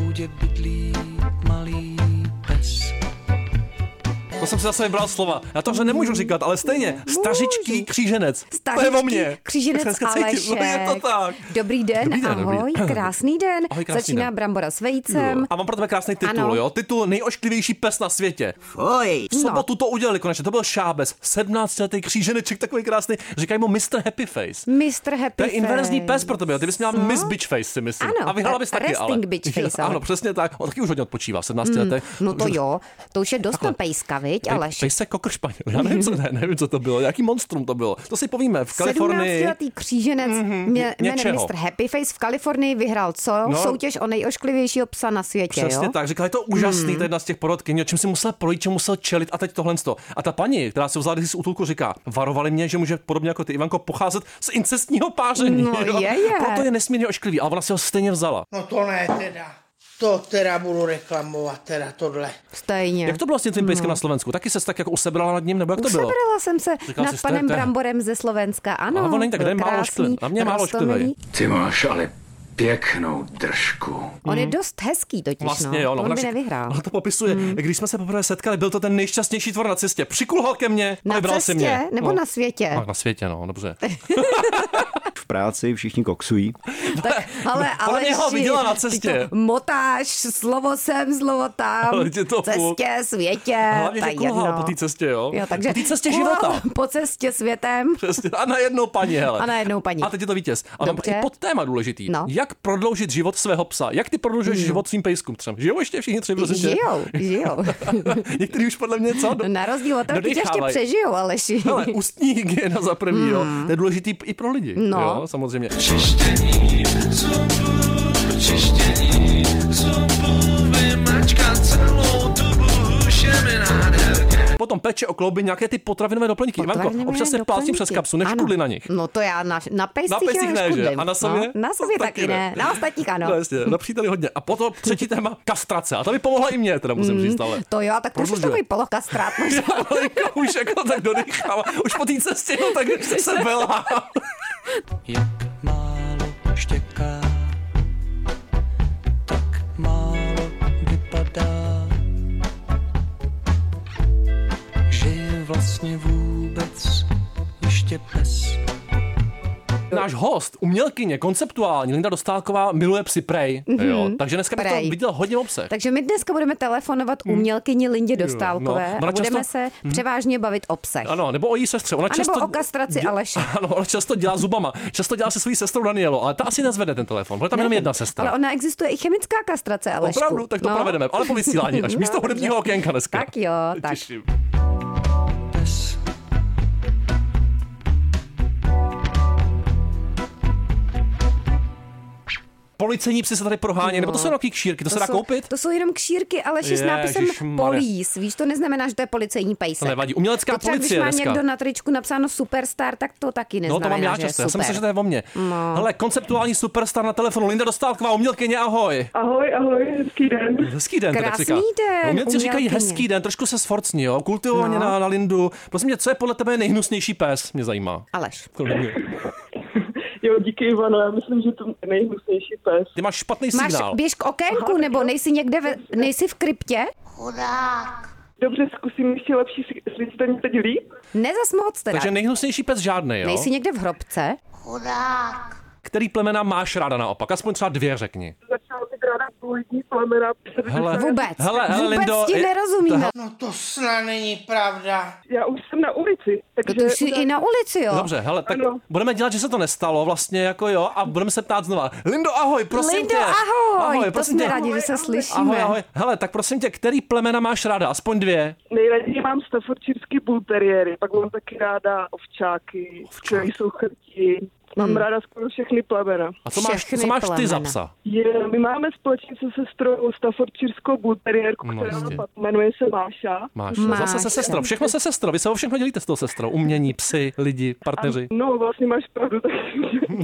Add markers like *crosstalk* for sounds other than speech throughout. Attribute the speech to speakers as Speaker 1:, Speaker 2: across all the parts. Speaker 1: budě bydlí malý pes.
Speaker 2: To jsem si zase vybral slova. Na to, že nemůžu říkat, ale stejně. Stařičký kříženec. to je o mně.
Speaker 3: Stařičký
Speaker 2: Tak
Speaker 3: kříženec
Speaker 2: se dneska
Speaker 3: Alešek.
Speaker 2: cítím. No, je to tak.
Speaker 3: Dobrý den,
Speaker 2: Dobrý den, dobrý *laughs*
Speaker 3: ahoj,
Speaker 2: den.
Speaker 3: krásný den.
Speaker 2: Ahoj, krásný
Speaker 3: Začíná
Speaker 2: den.
Speaker 3: Brambora s vejcem.
Speaker 2: Jo. A mám pro tebe krásný titul,
Speaker 3: Ano. No.
Speaker 2: jo? Titul Nejošklivější pes na světě.
Speaker 4: Fuj.
Speaker 2: V sobotu to udělali konečně, to byl šábes, 17 letý kříženeček, takový krásný, říkají mu Mr. Happy Face.
Speaker 3: Mr. No, Happy
Speaker 2: To je inverzní
Speaker 3: Face.
Speaker 2: pes pro tebe, ty bys měla
Speaker 3: Co?
Speaker 2: Miss Bitch Face, si myslím.
Speaker 3: Ano,
Speaker 2: a vyhrála bys
Speaker 3: a-
Speaker 2: taky,
Speaker 3: resting
Speaker 2: ale. *laughs*
Speaker 3: bitch face, ale.
Speaker 2: Ano, přesně tak. On taky už hodně odpočívá, v 17 mm, letech.
Speaker 3: No to
Speaker 2: Už-
Speaker 3: jo, to už je dost na pejska, viď,
Speaker 2: Pej-
Speaker 3: Aleš?
Speaker 2: Pejsek kokr španěl. Já nevím, co, ne, nevím, co to *laughs* bylo, jaký monstrum to bylo. To si povíme v Kalifornii. Mhm,
Speaker 3: 17-letý kříženec mm-hmm, jménem
Speaker 2: něčeho.
Speaker 3: Mr. Happy Face v Kalifornii vyhrál co?
Speaker 2: No.
Speaker 3: Soutěž o nejošklivějšího psa na světě,
Speaker 2: Přesně
Speaker 3: jo? Hmm.
Speaker 2: tak, říkala, je to úžasný, to je jedna z těch porodkyň, o čem si musel projít, čemu musel čelit a teď tohle. to. A ta paní, která se vzala z útulku, říká, varovali mě, že může podobně jako ty Ivanko pocházet z incestního páření.
Speaker 3: No,
Speaker 2: jo?
Speaker 3: je, je.
Speaker 2: Proto je nesmírně ošklivý, ale ona si ho stejně vzala.
Speaker 4: No to ne teda. To teda budu reklamovat, teda tohle.
Speaker 3: Stejně.
Speaker 2: Jak to bylo s tím tvým pejskem na Slovensku? Taky se tak jako usebrala nad ním, nebo jak to bylo?
Speaker 3: Hmm. Usebrala jsem se
Speaker 2: Říkala
Speaker 3: nad
Speaker 2: jsi,
Speaker 3: panem
Speaker 2: to je-
Speaker 3: Bramborem ze Slovenska, ano.
Speaker 2: Ale on není tak,
Speaker 3: byl
Speaker 2: ten je málo
Speaker 3: krásný,
Speaker 2: šklivý. Na mě je málo šklivý.
Speaker 3: rostomilý.
Speaker 5: Ty máš ale pěknou držku.
Speaker 3: On je dost hezký totiž,
Speaker 2: Mm. Vlastně, jo, no,
Speaker 3: on
Speaker 2: ona
Speaker 3: by
Speaker 2: však-
Speaker 3: nevyhrál. Hmm.
Speaker 2: Ona to popisuje. Když jsme se poprvé setkali, byl to ten nejšťastnější tvor na cestě. Přikulhal ke mně,
Speaker 3: Na
Speaker 2: nebral
Speaker 3: cestě
Speaker 2: si mě.
Speaker 3: nebo na Eh, světě?
Speaker 2: Tak na světě, no, dobře.
Speaker 6: V práci všichni koksují.
Speaker 3: Tak, ale,
Speaker 2: *laughs*
Speaker 3: ale
Speaker 2: mě ho
Speaker 3: ši-
Speaker 2: viděla na
Speaker 3: ty
Speaker 2: cestě.
Speaker 3: to Motáš, slovo sem, slovo tam,
Speaker 2: Ale je to fu.
Speaker 3: cestě, světě,
Speaker 2: Hlavně,
Speaker 3: ta
Speaker 2: že kulhal
Speaker 3: jedno.
Speaker 2: po té cestě, jo?
Speaker 3: Jo, takže
Speaker 2: Po té cestě
Speaker 3: kulhal
Speaker 2: života.
Speaker 3: *laughs* Po cestě světem.
Speaker 2: Přesně. *laughs* A najednou paní, hele.
Speaker 3: A najednou paní.
Speaker 2: A teď je to vítěz. A mám
Speaker 3: Dobře.
Speaker 2: i pod téma důležitý.
Speaker 3: No. Hmm.
Speaker 2: Jak prodloužit život svého psa? Jak ty prodlužuješ život svým pejskům třeba? Žijou ještě všichni tři, prosím tě?
Speaker 3: Žijou, žijou.
Speaker 2: *laughs* Některý už podle mě co?
Speaker 3: Na rozdíl od toho, když ještě
Speaker 2: Dodýchávají.
Speaker 3: přežijou, Aleši. *laughs*
Speaker 2: Hele, ústní hygiena za první, jo. To je důležitý i pro lidi.
Speaker 3: No.
Speaker 2: Jo, samozřejmě.
Speaker 1: Čištění zubů, čištění zubů, vymačka celou dobu, už je mi nádherně.
Speaker 2: Potom peče o klouby nějaké ty potravinové doplňky. Ivanko,
Speaker 3: Potravinové
Speaker 2: občas se plátím
Speaker 3: doplňky.
Speaker 2: přes kapsu,
Speaker 3: Ano.
Speaker 2: neškudli na nich.
Speaker 3: No to já na, na pejscích,
Speaker 2: Na pejscích
Speaker 3: já
Speaker 2: ne, že?
Speaker 3: neškudlím.
Speaker 2: A na sobě?
Speaker 3: No, na
Speaker 2: *laughs*
Speaker 3: sobě
Speaker 2: Taky
Speaker 3: taky
Speaker 2: ne.
Speaker 3: ne. Na ostatních ano.
Speaker 2: No jasně, na příteli hodně. A potom třetí téma, kastrace. A to mi pomohla i mě, teda
Speaker 3: Hmm.
Speaker 2: musím říct, ale.
Speaker 3: To jo, a tak to už je
Speaker 2: Prodlužuje.
Speaker 3: takový
Speaker 2: *laughs*
Speaker 3: polokastrát možná.
Speaker 2: Malinko už jako tak dodýchám. Už po té cestě, no tak se belá.
Speaker 1: Jak málo štěká, tak málo vypadá. Že je vlastně vůbec ještě pes.
Speaker 2: Náš host, umělkyně, konceptuální, Linda Dostálková, miluje psy Prej.
Speaker 3: Mhm.
Speaker 2: Jo, takže dneska bych to
Speaker 3: Prej.
Speaker 2: viděl hodně obsah.
Speaker 3: Takže my dneska budeme telefonovat umělkyni Lindě Dostálkové
Speaker 2: Hmm. no.
Speaker 3: no,
Speaker 2: Ona
Speaker 3: a budeme
Speaker 2: často-
Speaker 3: se převážně bavit o psech.
Speaker 2: Ano, nebo o její sestře. Ona
Speaker 3: A
Speaker 2: často...
Speaker 3: nebo o kastraci Aleše.
Speaker 2: *laughs* Ano, ona často dělá zubama. Často dělá se svojí sestrou Danielou, ale ta asi nezvede ten telefon. Bude tam jenom jedna sestra.
Speaker 3: Ale ona existuje i chemická kastrace, Alešku.
Speaker 2: Opravdu, tak to
Speaker 3: No.
Speaker 2: provedeme. Ale po vysílání, až
Speaker 3: *laughs* No,
Speaker 2: místo
Speaker 3: dobře.
Speaker 2: hudebního okénka dneska.
Speaker 3: Tak jo, no, tak.
Speaker 2: Těším.
Speaker 1: pes.
Speaker 2: Policejní psy se tady prohánějí, nebo to jsou jenom takový kšírky, to, se dá
Speaker 3: jsou,
Speaker 2: koupit?
Speaker 3: To jsou jenom kšírky, ale s nápisem
Speaker 2: Ježišmarja.
Speaker 3: police. Víš, to neznamená, že to je policejní
Speaker 2: To
Speaker 3: pejsek.
Speaker 2: nevadí. Umělecká
Speaker 3: To třeba, když
Speaker 2: policie
Speaker 3: má
Speaker 2: dneska.
Speaker 3: někdo na tričku napsáno superstar, tak to taky
Speaker 2: No
Speaker 3: neznamená,
Speaker 2: to mám já
Speaker 3: že je
Speaker 2: často, já jsem
Speaker 3: super.
Speaker 2: myslel, že to je o mně. No. Hele, konceptuální superstar na telefonu, Linda Dostálková, umělkyně, ahoj.
Speaker 7: Ahoj, ahoj, hezký den.
Speaker 2: Hezký den, tak
Speaker 3: Krásný
Speaker 2: říká.
Speaker 3: den,
Speaker 2: Umělci říkají
Speaker 3: umělkyně.
Speaker 2: hezký den, trošku se sforcni, jo, kultivovaně
Speaker 3: No.
Speaker 2: na, na Lindu. Prosím tě, co je podle tebe nejhnusnější pes, mě zajímá.
Speaker 3: Aleš,
Speaker 7: *laughs* Jo, díky Ivano, já myslím, že to je nejhnusnější pes.
Speaker 2: Ty máš špatný
Speaker 3: máš,
Speaker 2: signál.
Speaker 3: běž k okénku, nebo nejsi někde, ve, nejsi v kryptě?
Speaker 7: Dobře, zkusím ještě lepší, sv- svítí to mi teď líp.
Speaker 3: Nezas moc teda.
Speaker 2: Takže nejhnusnější pes žádný, jo.
Speaker 3: Nejsi někde v hrobce?
Speaker 2: Který plemena máš ráda naopak? Aspoň třeba dvě řekni.
Speaker 7: Začala bych ráda původní plamena.
Speaker 2: Hele.
Speaker 3: Vůbec.
Speaker 2: Hele, hele,
Speaker 3: Vůbec
Speaker 2: Lindo,
Speaker 3: ti
Speaker 2: je-
Speaker 3: nerozumíme.
Speaker 4: No to snad není pravda.
Speaker 7: Já už jsem na ulici,
Speaker 3: To,
Speaker 7: takže...
Speaker 3: to už jsi i na ulici, jo.
Speaker 2: Dobře, hele, tak
Speaker 7: Ano.
Speaker 2: budeme dělat, že se to nestalo vlastně, jako jo, a budeme se ptát znova. Lindo, ahoj, prosím
Speaker 3: Lindo,
Speaker 2: tě.
Speaker 3: ahoj,
Speaker 2: ahoj
Speaker 3: to
Speaker 2: prosím
Speaker 3: jsme
Speaker 2: tě.
Speaker 3: rádi, že se
Speaker 7: Ahoj,
Speaker 3: slyšíme.
Speaker 2: Ahoj, ahoj. Hele, tak prosím tě, který plemena máš ráda? Aspoň dvě.
Speaker 7: Nejraději mám Staffordshireský bull terriéry, pak mám taky ráda ovčáky, které jsou chrtí. Mám
Speaker 3: Hmm.
Speaker 7: ráda skoro všechny plamena.
Speaker 2: A co máš,
Speaker 3: Všechny
Speaker 2: co máš ty za
Speaker 3: plemena.
Speaker 2: psa?
Speaker 7: Je, my máme společně se sestrou Staffordshireskou bull terriérku,
Speaker 2: No,
Speaker 7: která
Speaker 2: jistě.
Speaker 7: pak jmenuje se Váša.
Speaker 2: Máš.
Speaker 3: Máš.
Speaker 2: Zase se sestrou. Všechno se sestrou. Vy se o všechno dělíte s tou sestrou. Umění, psy, lidi, partneři.
Speaker 7: No, vlastně máš pravdu, *laughs* tak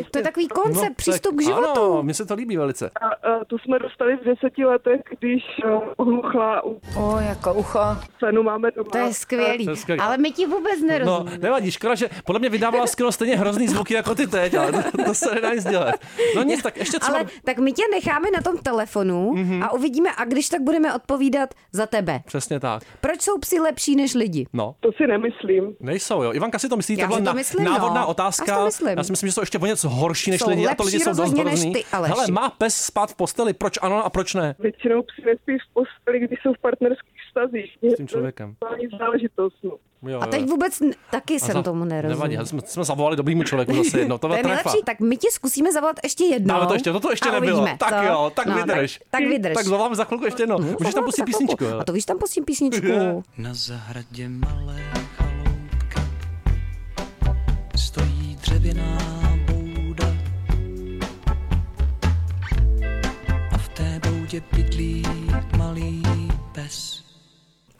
Speaker 3: *laughs* To je takový koncept,
Speaker 2: No, tak-
Speaker 3: přístup k životu.
Speaker 2: Ano, mně se to líbí velice.
Speaker 7: A, a to jsme dostali v deseti letech, když eh, ohluchla u
Speaker 8: O, jako ucho.
Speaker 7: cenu máme doma.
Speaker 3: To je skvělý.
Speaker 2: To je skvělý.
Speaker 3: Ale my ti vůbec
Speaker 2: No,
Speaker 3: nerozumíme.
Speaker 2: nevadí, škoda, že podle mě vydávala skoro stejně hrozný zvuky jako ty teď, ale to, to se nedá nic dělat. No nic, tak ještě třeba...
Speaker 3: Ale tak my tě necháme na tom telefonu
Speaker 2: Mhm.
Speaker 3: a uvidíme, a když tak budeme odpovídat za tebe.
Speaker 2: Přesně tak.
Speaker 3: Proč jsou psi lepší než lidi?
Speaker 2: No,
Speaker 7: To si nemyslím.
Speaker 2: nejsou, jo. Ivanka si to myslí,
Speaker 3: Já
Speaker 2: tohle
Speaker 3: si to
Speaker 2: na-
Speaker 3: myslím, no.
Speaker 2: návodná
Speaker 3: Já si to
Speaker 2: otázka.
Speaker 3: myslím.
Speaker 2: Já si myslím, že jsou ještě o něco horší než
Speaker 3: Jsou
Speaker 2: lidi a to
Speaker 3: lepší
Speaker 2: lidi jsou dost
Speaker 3: rozhodně než
Speaker 2: hrozný.
Speaker 3: ty, Aleši.
Speaker 2: Hele, má pes spát v posteli, proč ano a proč ne?
Speaker 7: Většinou psi nespí v posteli, když jsou v partnerských vztazích. S
Speaker 2: tím člověkem.
Speaker 7: To není záležitost. No.
Speaker 2: Jo,
Speaker 3: A
Speaker 2: jo,
Speaker 3: teď
Speaker 2: jo.
Speaker 3: vůbec n- taky jsem
Speaker 2: za-
Speaker 3: tomu
Speaker 2: Nevadí,
Speaker 3: nerozuměl.
Speaker 2: hele, jsme, jsme zavolali dobrýmu člověku zase jedno, to
Speaker 3: To
Speaker 2: byla
Speaker 3: je
Speaker 2: trefa.
Speaker 3: nejlepší, tak my ti zkusíme zavolat ještě jedno.
Speaker 2: Dáme to ještě, toto ještě
Speaker 3: a
Speaker 2: nebylo.
Speaker 3: uvidíme,
Speaker 2: Tak
Speaker 3: co? No,
Speaker 2: jo, tak vydrž.
Speaker 3: Tak, tak vydrž.
Speaker 2: Tak zavoláme za chvilku ještě jedno. Můžeš tam
Speaker 3: Zavolám
Speaker 2: pustit
Speaker 3: Mhm. za chvilku.
Speaker 2: písničku. jo.
Speaker 3: No, jako- A to víš, tam pustím písničku.
Speaker 2: Je.
Speaker 1: Na zahradě malé chaloupka stojí dřevěná bouda a v té boudě bydlí malý pes.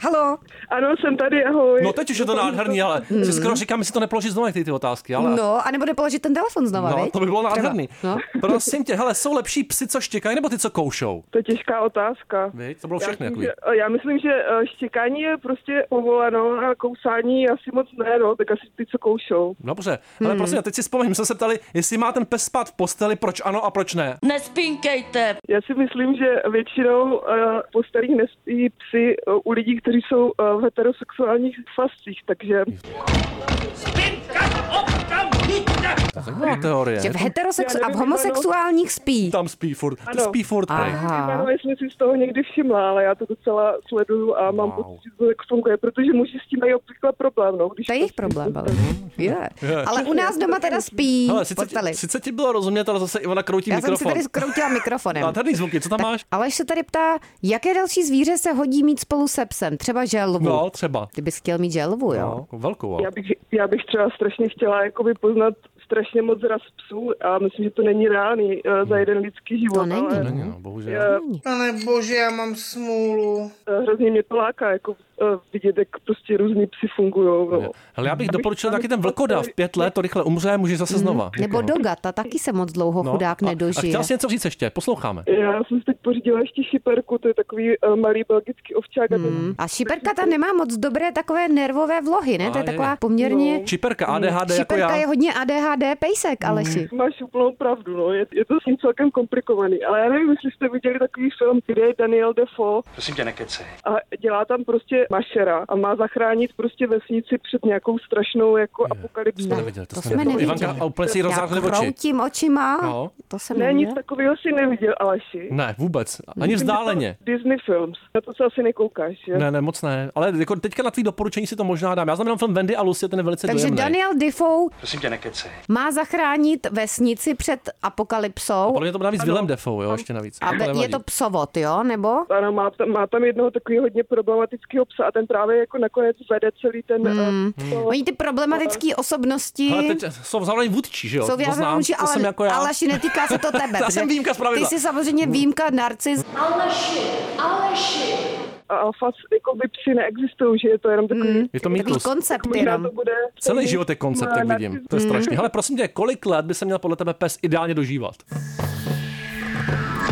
Speaker 3: Halo,
Speaker 7: Ano, jsem tady, ahoj.
Speaker 2: No teď už je to nádherný, ale si skoro říkám, jestli to nepoložit znovu ty, ty otázky, ale...
Speaker 3: Mhm. no, a nebo nepoložit ten telefon znova,
Speaker 2: No,
Speaker 3: viď?
Speaker 2: to by bylo
Speaker 3: Třeba.
Speaker 2: nádherný.
Speaker 3: No.
Speaker 2: Prosím tě, hele, jsou lepší psy, co štěkají, nebo ty, co koušou?
Speaker 7: To je těžká otázka.
Speaker 2: Viď? To bylo všechny
Speaker 7: já, myslím,
Speaker 2: takový.
Speaker 7: že, já myslím, že eh, štěkání je prostě povoleno a kousání asi moc ne, no, tak asi ty, co koušou.
Speaker 2: No, Dobře,
Speaker 3: Hmm.
Speaker 2: ale prosím, tě, teď si vzpomínám, jsme se ptali, jestli má ten pes spát v posteli, proč ano a proč ne.
Speaker 3: No.
Speaker 8: Nespinkejte!
Speaker 7: Já si myslím, že většinou uh, po starých nespí psy uh, u lidí, kteří jsou uh, v heterosexuálních fascích, takže
Speaker 2: To byla teorie.
Speaker 3: No, Že v heterosexu
Speaker 7: Já
Speaker 3: a v
Speaker 7: nevím,
Speaker 3: homosexuálních spí.
Speaker 2: Tam spí furt,
Speaker 7: Ano.
Speaker 2: spí furt. prej.
Speaker 3: Aha.
Speaker 7: Ano, jsem si z toho někdy všimla, ale já to docela sleduju a mám
Speaker 2: Wow.
Speaker 7: pocit, že to tak funguje, protože muži s tím mají obvykle problém. No, když
Speaker 3: To je jejich problém, ale. Je. Ale u nás doma teda spí.
Speaker 2: Mhm. Hele, sice,
Speaker 3: posteli.
Speaker 2: ti, sice ti bylo rozumět, ale zase Ivana kroutí
Speaker 3: Já jsem si
Speaker 2: mikrofon.
Speaker 3: tady skroutila mikrofonem.
Speaker 2: Nádherný zvuky, co tam máš?
Speaker 3: Aleš se tady ptá, jaké další zvíře se hodí mít spolu se psem? Třeba želvu.
Speaker 2: No, třeba.
Speaker 3: Ty bys chtěl mít želvu, jo?
Speaker 2: No, velkou, jo.
Speaker 7: Já bych, já bych třeba strašně chtěla jakoby poznat strašně moc ras psů a myslím, že to není reálný eh, za jeden lidský život.
Speaker 3: To není, no.
Speaker 7: Ale,
Speaker 2: Není, no, bohužel.
Speaker 7: eh,
Speaker 4: Pane bože, já mám smůlu.
Speaker 7: eh, hrozně mě to láká, jako eh, vidět, jak prostě různý psy fungují. No.
Speaker 2: Ale já bych
Speaker 7: Abych
Speaker 2: doporučil
Speaker 7: tam
Speaker 2: taky ten vlkodav, pět let, to rychle umře, může zase znova. Jako,
Speaker 3: Nebo dogata, taky se moc dlouho
Speaker 2: No,
Speaker 3: chudák
Speaker 2: a, A
Speaker 3: nedožije.
Speaker 2: chtěl jsi něco říct ještě, posloucháme.
Speaker 7: Já jsem si teď pořídila ještě šiperku, to je takový eh, malý belgický ovčák. Hmm.
Speaker 3: A šiperka ta nemá moc dobré takové nervové vlohy, ne? To
Speaker 2: A
Speaker 3: je
Speaker 2: je.
Speaker 3: taková
Speaker 7: No.
Speaker 3: poměrně...
Speaker 2: Čiperka, ADHD jako
Speaker 3: Mhm. Šiperka
Speaker 2: já. Hmm.
Speaker 3: je hodně ADHD pejsek, Aleši.
Speaker 7: Máš úplnou pravdu, no. Je, je to s ním celkem komplikovaný. Ale já nevím, jestli jste viděli takový film, kde je Daniel Defoe
Speaker 5: Prosím tě, nekecej.
Speaker 7: a dělá tam prostě mašera a má zachránit prostě vesnici před nějakou strašnou jako
Speaker 2: To
Speaker 7: apokalypsou.
Speaker 2: neviděl, to,
Speaker 3: To
Speaker 2: jsem
Speaker 3: jsme
Speaker 2: neviděl.
Speaker 3: neviděli.
Speaker 2: Ivanka a úplně si ji
Speaker 3: Já
Speaker 2: rozzářily oči.
Speaker 3: kroutím očima.
Speaker 2: No.
Speaker 3: To jsem
Speaker 7: Ne, nic
Speaker 3: neměl.
Speaker 7: takového si neviděl, Aleši.
Speaker 2: Ne, vůbec. Ani vzdáleně.
Speaker 7: Disney films. Na to se asi nekoukáš, že?
Speaker 2: Ne, ne, moc ne. Ale jako teďka na tvý doporučení si to možná dám. Já znamenám film Wendy a Lucy, ten je velice
Speaker 3: Takže
Speaker 2: dojemný.
Speaker 3: Daniel Defoe
Speaker 5: Prosím tě, nekecej.
Speaker 3: má zachránit vesnici před apokalypsou.
Speaker 2: Podle mě to bude navíc Willem Defoe, jo, ještě navíc.
Speaker 3: A
Speaker 2: To
Speaker 3: ve- je
Speaker 2: nevadí.
Speaker 3: to psovod, jo? Nebo?
Speaker 7: Ano, má, tam- má tam jednoho takového hodně problematického psa a ten právě jako nakonec vede celý ten... Mm. To,
Speaker 3: Oni ty problematické osobnosti...
Speaker 2: Ale teď jsou zároveň vůdčí, že jo?
Speaker 3: Jsou
Speaker 2: to
Speaker 3: vyjádřené
Speaker 2: znám,
Speaker 3: vůči,
Speaker 2: to
Speaker 3: ale,
Speaker 2: jsem jako já.
Speaker 3: Aleši, netýká se to tebe.
Speaker 2: *laughs* Já
Speaker 3: protože
Speaker 2: jsem výjimka z
Speaker 3: Ty
Speaker 2: pravidla.
Speaker 3: jsi samozřejmě výjimka, narcis.
Speaker 7: a alfa, jako by psi neexistují, že je to jenom takový... Mm.
Speaker 2: *laughs* Je to
Speaker 3: Takový
Speaker 2: mýtus.
Speaker 3: koncept
Speaker 7: Možná
Speaker 3: jenom.
Speaker 7: to bude...
Speaker 2: Celý život je koncept, jak vidím. To je strašný. Hele, prosím tě, kolik let by se měl podle tebe pes ideálně dožívat?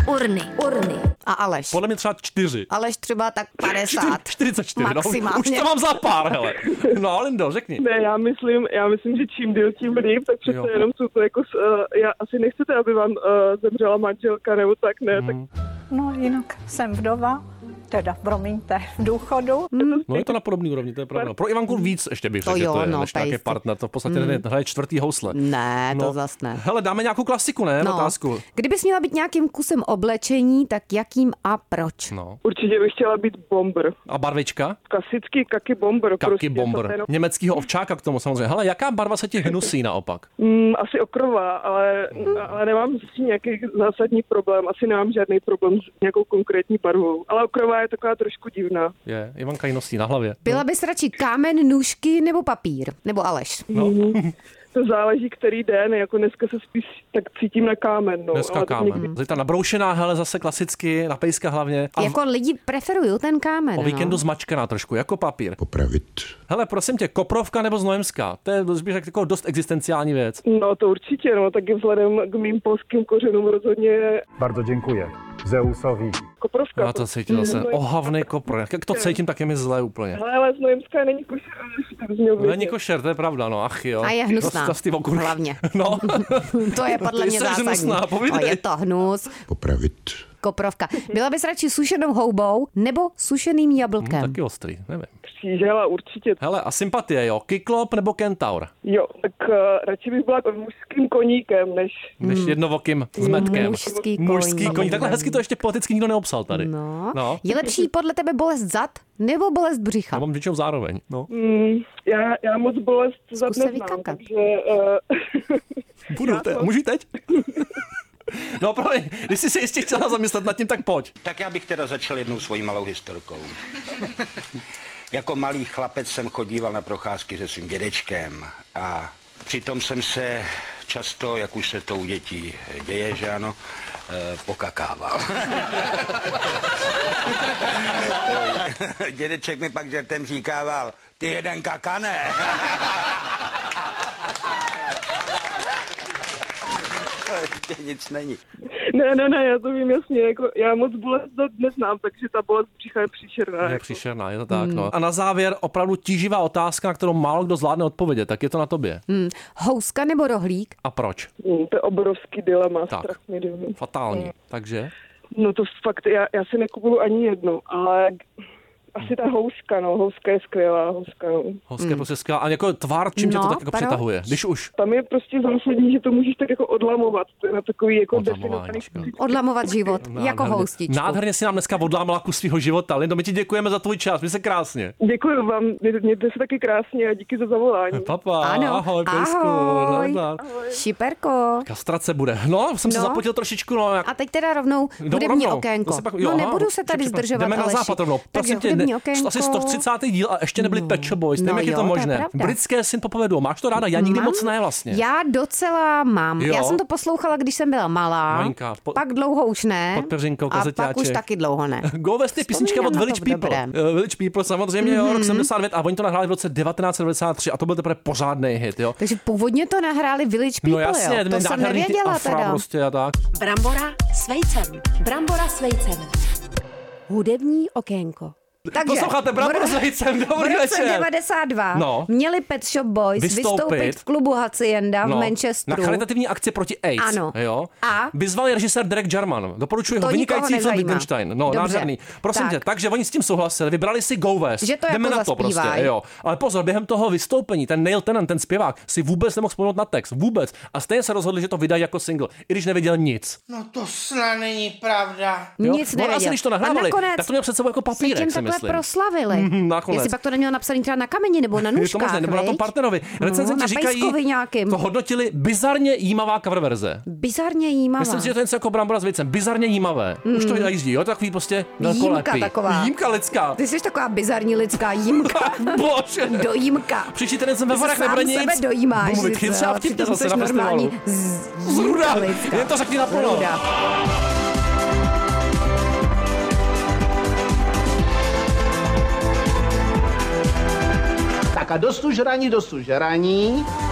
Speaker 8: Urny, urny.
Speaker 3: A Aleš.
Speaker 2: Podle mě třeba čtyři.
Speaker 3: Aleš třeba tak 50.
Speaker 2: *laughs* 44, no,
Speaker 3: Maximálně.
Speaker 2: už to mám za pár, hele. No, Lindo, řekni.
Speaker 7: Ne, já myslím, já myslím, že čím díl, tím líp, tak přece
Speaker 2: Jo.
Speaker 7: jenom jsou to jako, s- eh, já asi nechcete, aby vám eh, zemřela manželka nebo tak, ne,
Speaker 2: Hmm.
Speaker 7: tak
Speaker 9: No jinak jsem vdova, teda promiňte, v důchodu.
Speaker 2: No je to na podobný úrovni, to je pravda. Pro Ivanku víc ještě bych
Speaker 3: To
Speaker 2: řekl, že
Speaker 3: jo,
Speaker 2: to je
Speaker 3: no,
Speaker 2: než
Speaker 3: ta
Speaker 2: nějaký
Speaker 3: jistě.
Speaker 2: partner, to v podstatě mm. hraje čtvrtý housle. No,
Speaker 3: Ne, Hmm, to zas ne.
Speaker 2: Hele, dáme nějakou klasiku, ne? No. Otázku.
Speaker 3: Kdybys měla být nějakým kusem oblečení, tak jakým a proč?
Speaker 2: No.
Speaker 7: určitě bych chtěla být bomber.
Speaker 2: A barvička?
Speaker 7: Klasický kaky bomber.
Speaker 2: Kaky
Speaker 7: prostě,
Speaker 2: bomber.
Speaker 7: to jenom-
Speaker 2: Německýho ovčáka k tomu samozřejmě. Hele, jaká barva se ti hnusí naopak?
Speaker 7: Mm, asi okrová, ale, ale nemám s tím nějaký zásadní problém. Asi nemám žádný problém s nějakou konkrétní barvou. Ale okrová je taková trošku divná.
Speaker 2: Je, Ivanka ji nosí na hlavě.
Speaker 3: Byla bys radši kámen, nůžky nebo papír? Nebo Aleš?
Speaker 7: To záleží, který den. Jako dneska se spíš tak cítím na kámen. No,
Speaker 2: Dneska
Speaker 7: ale tak
Speaker 2: kámen. Zítra nabroušená, hele, zase klasicky, na pejska hlavně. A v-
Speaker 3: Jako lidi preferují ten kámen.
Speaker 2: o
Speaker 3: no.
Speaker 2: víkendu zmačkaná trošku, jako papír.
Speaker 10: Popravit.
Speaker 2: Hele, prosím tě, koprovka nebo znojemská? To je, bych řekl, jako dost existenciální věc.
Speaker 7: No to určitě, no, taky vzhledem k mým polským kořenům rozhodně
Speaker 10: Bardzo dziękuję. Zeusový.
Speaker 7: Koprovka.
Speaker 2: Já
Speaker 7: No,
Speaker 2: No, to Oh. cítil zase. Ohavný kopr. Jak to cítím, tak je mi zlé úplně.
Speaker 7: Hele, ale z Nojemská není košer, tak zněl
Speaker 2: No, Není košer, to je pravda, no ach jo.
Speaker 3: A je hnusná.
Speaker 2: Zas ty okurky.
Speaker 3: Hlavně.
Speaker 2: *laughs*
Speaker 3: *laughs*
Speaker 2: No.
Speaker 3: To je podle
Speaker 2: Ty
Speaker 3: mě
Speaker 2: jsi
Speaker 3: zásadní.
Speaker 2: hnusná, povídej.
Speaker 3: O, je to hnus.
Speaker 10: Popravit.
Speaker 3: Koprovka. Byla bys radši sušenou houbou nebo sušeným jablkem?
Speaker 2: No, Taky ostrý, nevím.
Speaker 7: Křížela určitě.
Speaker 2: Hele, a sympatie, jo. Kyklop nebo kentaur?
Speaker 7: Jo, tak uh, radši bych byla mužským koníkem, než
Speaker 2: Než jednovokým s metkem.
Speaker 3: Hmm. Mužský koň.
Speaker 2: Mužský koní. Takhle hezky to ještě politicky nikdo neobsal tady.
Speaker 3: No.
Speaker 2: no.
Speaker 3: Je lepší podle tebe bolest zad nebo bolest břicha?
Speaker 2: Já mám většinou zároveň. No.
Speaker 7: já, já moc bolest zad
Speaker 3: se
Speaker 7: neznám,
Speaker 3: vykakat.
Speaker 7: takže uh,
Speaker 2: Budu, te, můžu jít teď? *laughs* No promiň, když jsi se jistě chtěla zamyslet nad tím, tak pojď.
Speaker 10: Tak já bych teda začal jednou svojí malou historkou. jako malý chlapec jsem chodíval na procházky se svým dědečkem a přitom jsem se často, jak už se to u dětí děje, že ano, eh, pokakával. Dědeček mi pak žertem říkával, ty jeden kakane. To ještě nic není.
Speaker 7: *laughs* ne, ne, ne, já to vím jasně, jako, já moc bolest zad neznám, takže ta bolest břicha je příšerná.
Speaker 2: Je
Speaker 7: Jako.
Speaker 2: příšerná, je to
Speaker 3: Hmm.
Speaker 2: tak, no. A na závěr opravdu tíživá otázka, na kterou málo kdo zvládne odpovědět, tak je to na tobě.
Speaker 3: Hmm. Houska nebo rohlík?
Speaker 2: A proč?
Speaker 7: Mm, to je obrovský dilema,
Speaker 2: Tak.
Speaker 7: strašný dilema.
Speaker 3: Hmm.
Speaker 2: Fatální. Takže?
Speaker 7: No to fakt, já, já si nekupuju ani jednu, ale asi ta houska, no, houska je skvělá, houska, no.
Speaker 2: Hoské mm. prostě skvělá. A jako tvár, čím tě
Speaker 3: Hmm. No,
Speaker 2: to tak jako
Speaker 3: proč?
Speaker 2: přitahuje? Když už.
Speaker 7: Tam je prostě zásadní, že to můžeš tak jako odlamovat, to je na takový jako
Speaker 2: Odlamování,
Speaker 7: definovaný
Speaker 2: jo.
Speaker 3: Odlamovat život, no. jako
Speaker 2: Nádherně-
Speaker 3: houstičku.
Speaker 2: Nádherně si nám dneska odlámala kus svého života. Lindo, my ti děkujeme za tvůj čas, my se krásně.
Speaker 7: Děkuji vám, mě- mějte se taky krásně a díky
Speaker 2: *laughs*
Speaker 7: za zavolání.
Speaker 2: Papa,
Speaker 3: Ano,
Speaker 2: ahoj, pejsku.
Speaker 3: ahoj.
Speaker 2: nazdar.
Speaker 3: Šiperko.
Speaker 2: Kastrace bude. No, jsem se
Speaker 3: No.
Speaker 2: zapotil trošičku, no, jak
Speaker 3: A teď teda rovnou
Speaker 2: No,
Speaker 3: hudební
Speaker 2: rovnou.
Speaker 3: okénko.
Speaker 2: To se pak-
Speaker 3: no
Speaker 2: aha,
Speaker 3: nebudu se
Speaker 2: dobře,
Speaker 3: tady
Speaker 2: dobře.
Speaker 3: zdržovat,
Speaker 2: Jdeme na
Speaker 3: Aleši.
Speaker 2: západ rovnou.
Speaker 3: Takže
Speaker 2: Prosím tě,
Speaker 3: hudební
Speaker 2: ne,
Speaker 3: okénko.
Speaker 2: asi 130. díl a ještě nebyli
Speaker 3: No.
Speaker 2: Pet Shop Boys. Nevím,
Speaker 3: No
Speaker 2: jak je
Speaker 3: jo,
Speaker 2: to
Speaker 3: to je
Speaker 2: možné.
Speaker 3: pravda.
Speaker 2: Britské synpopové duo. Máš to ráda? Já nikdy
Speaker 3: Mám?
Speaker 2: moc ne vlastně.
Speaker 3: Já docela mám.
Speaker 2: Jo.
Speaker 3: Já jsem to poslouchala, když jsem byla malá.
Speaker 2: Malinká, po-
Speaker 3: Pak dlouho už ne.
Speaker 2: pod peřinkou
Speaker 3: a
Speaker 2: kazeťáček.
Speaker 3: pak už taky dlouho ne.
Speaker 2: *laughs* Go West je písnička
Speaker 3: Vzpomínám
Speaker 2: od
Speaker 3: na to
Speaker 2: Village
Speaker 3: v
Speaker 2: People.
Speaker 3: dobrém. Mhm.
Speaker 2: Eh, Village People samozřejmě, jo, rok 79 a oni to nahráli v roce 1993 a to byl teprve pořádný hit, jo.
Speaker 3: Takže původně to nahráli Village People,
Speaker 2: No jasně,
Speaker 3: jo. to
Speaker 2: ten
Speaker 3: jsem
Speaker 2: nádherný ty
Speaker 3: nevěděla
Speaker 2: afra
Speaker 3: teda.
Speaker 2: prostě a tak.
Speaker 8: Brambora s vejcem. Brambora s vejcem.
Speaker 3: Hudební okénko. Takže
Speaker 2: Posloucháte Brambor s vejcem, dobrý
Speaker 3: v roce
Speaker 2: večer.
Speaker 3: 92
Speaker 2: No.
Speaker 3: měli Pet Shop Boys
Speaker 2: Vystoupit. No.
Speaker 3: vystoupit, v klubu Hacienda v
Speaker 2: na
Speaker 3: Manchesteru.
Speaker 2: charitativní akci proti AIDS.
Speaker 3: Ano.
Speaker 2: Jo?
Speaker 3: A?
Speaker 2: Vyzval je režisér Derek Jarman. Doporučuji ho.
Speaker 3: To nikoho
Speaker 2: Vynikající film
Speaker 3: nezajímá.
Speaker 2: Wittgenstein. No,
Speaker 3: Dobře.
Speaker 2: nádherný. Prosím
Speaker 3: Tak.
Speaker 2: tě, takže oni s tím souhlasili, vybrali si Go West.
Speaker 3: Že to jako
Speaker 2: Jdeme na to
Speaker 3: zaspívaj.
Speaker 2: prostě, jo. Ale pozor, během toho vystoupení, ten Neil Tennant, ten zpěvák, si vůbec nemohl vzpomenout na text. Vůbec. A stejně se rozhodli, že to vydají jako single, i když nevěděl nic.
Speaker 4: No to snad není pravda.
Speaker 2: Jo?
Speaker 3: Nic
Speaker 2: On asi,
Speaker 3: nevěděl.
Speaker 2: když to
Speaker 3: a
Speaker 2: nahrávali,
Speaker 3: nakonec
Speaker 2: tak to měl před sebou jako
Speaker 3: se tím
Speaker 2: papírek, si
Speaker 3: takhle
Speaker 2: myslím.
Speaker 3: proslavili.
Speaker 2: Mhm, nakonec.
Speaker 3: Jestli pak to neměl napsaný třeba na kameni nebo na
Speaker 2: Je to
Speaker 3: nůžkách,
Speaker 2: možné, nebo na tom
Speaker 3: viď?
Speaker 2: partnerovi. Recenzenti
Speaker 3: no, na pejskovi
Speaker 2: říkají,
Speaker 3: nějakým.
Speaker 2: to hodnotili bizarně jímavá cover verze.
Speaker 3: Bizarně jímavá.
Speaker 2: Myslím si, že to je něco jako brambora s věcem. Bizarně jímavé. Už to najíždí, jo? Takový prostě velkolepý.
Speaker 3: Jímka Hmm. taková.
Speaker 2: Jímka lidská.
Speaker 3: Ty jsi taková bizarní lidská jímka.
Speaker 2: Bože.
Speaker 3: Do jímka.
Speaker 2: Příští týden jsem ve
Speaker 3: Ty se
Speaker 2: Varech
Speaker 3: sám
Speaker 2: nebude nic.
Speaker 3: sebe dojímáš.
Speaker 2: Budu mít
Speaker 3: ty
Speaker 2: chytře
Speaker 3: co,
Speaker 2: a
Speaker 3: ale
Speaker 2: vtipně
Speaker 3: přitom
Speaker 2: zase
Speaker 3: jsi
Speaker 2: na festivalu.
Speaker 3: normální z-
Speaker 2: Zruda.
Speaker 3: jímka lidská.
Speaker 2: Jen to řekni naplno.
Speaker 3: Zruda.
Speaker 10: Tak a dostu žraní, dostu žraní.
Speaker 1: vlastně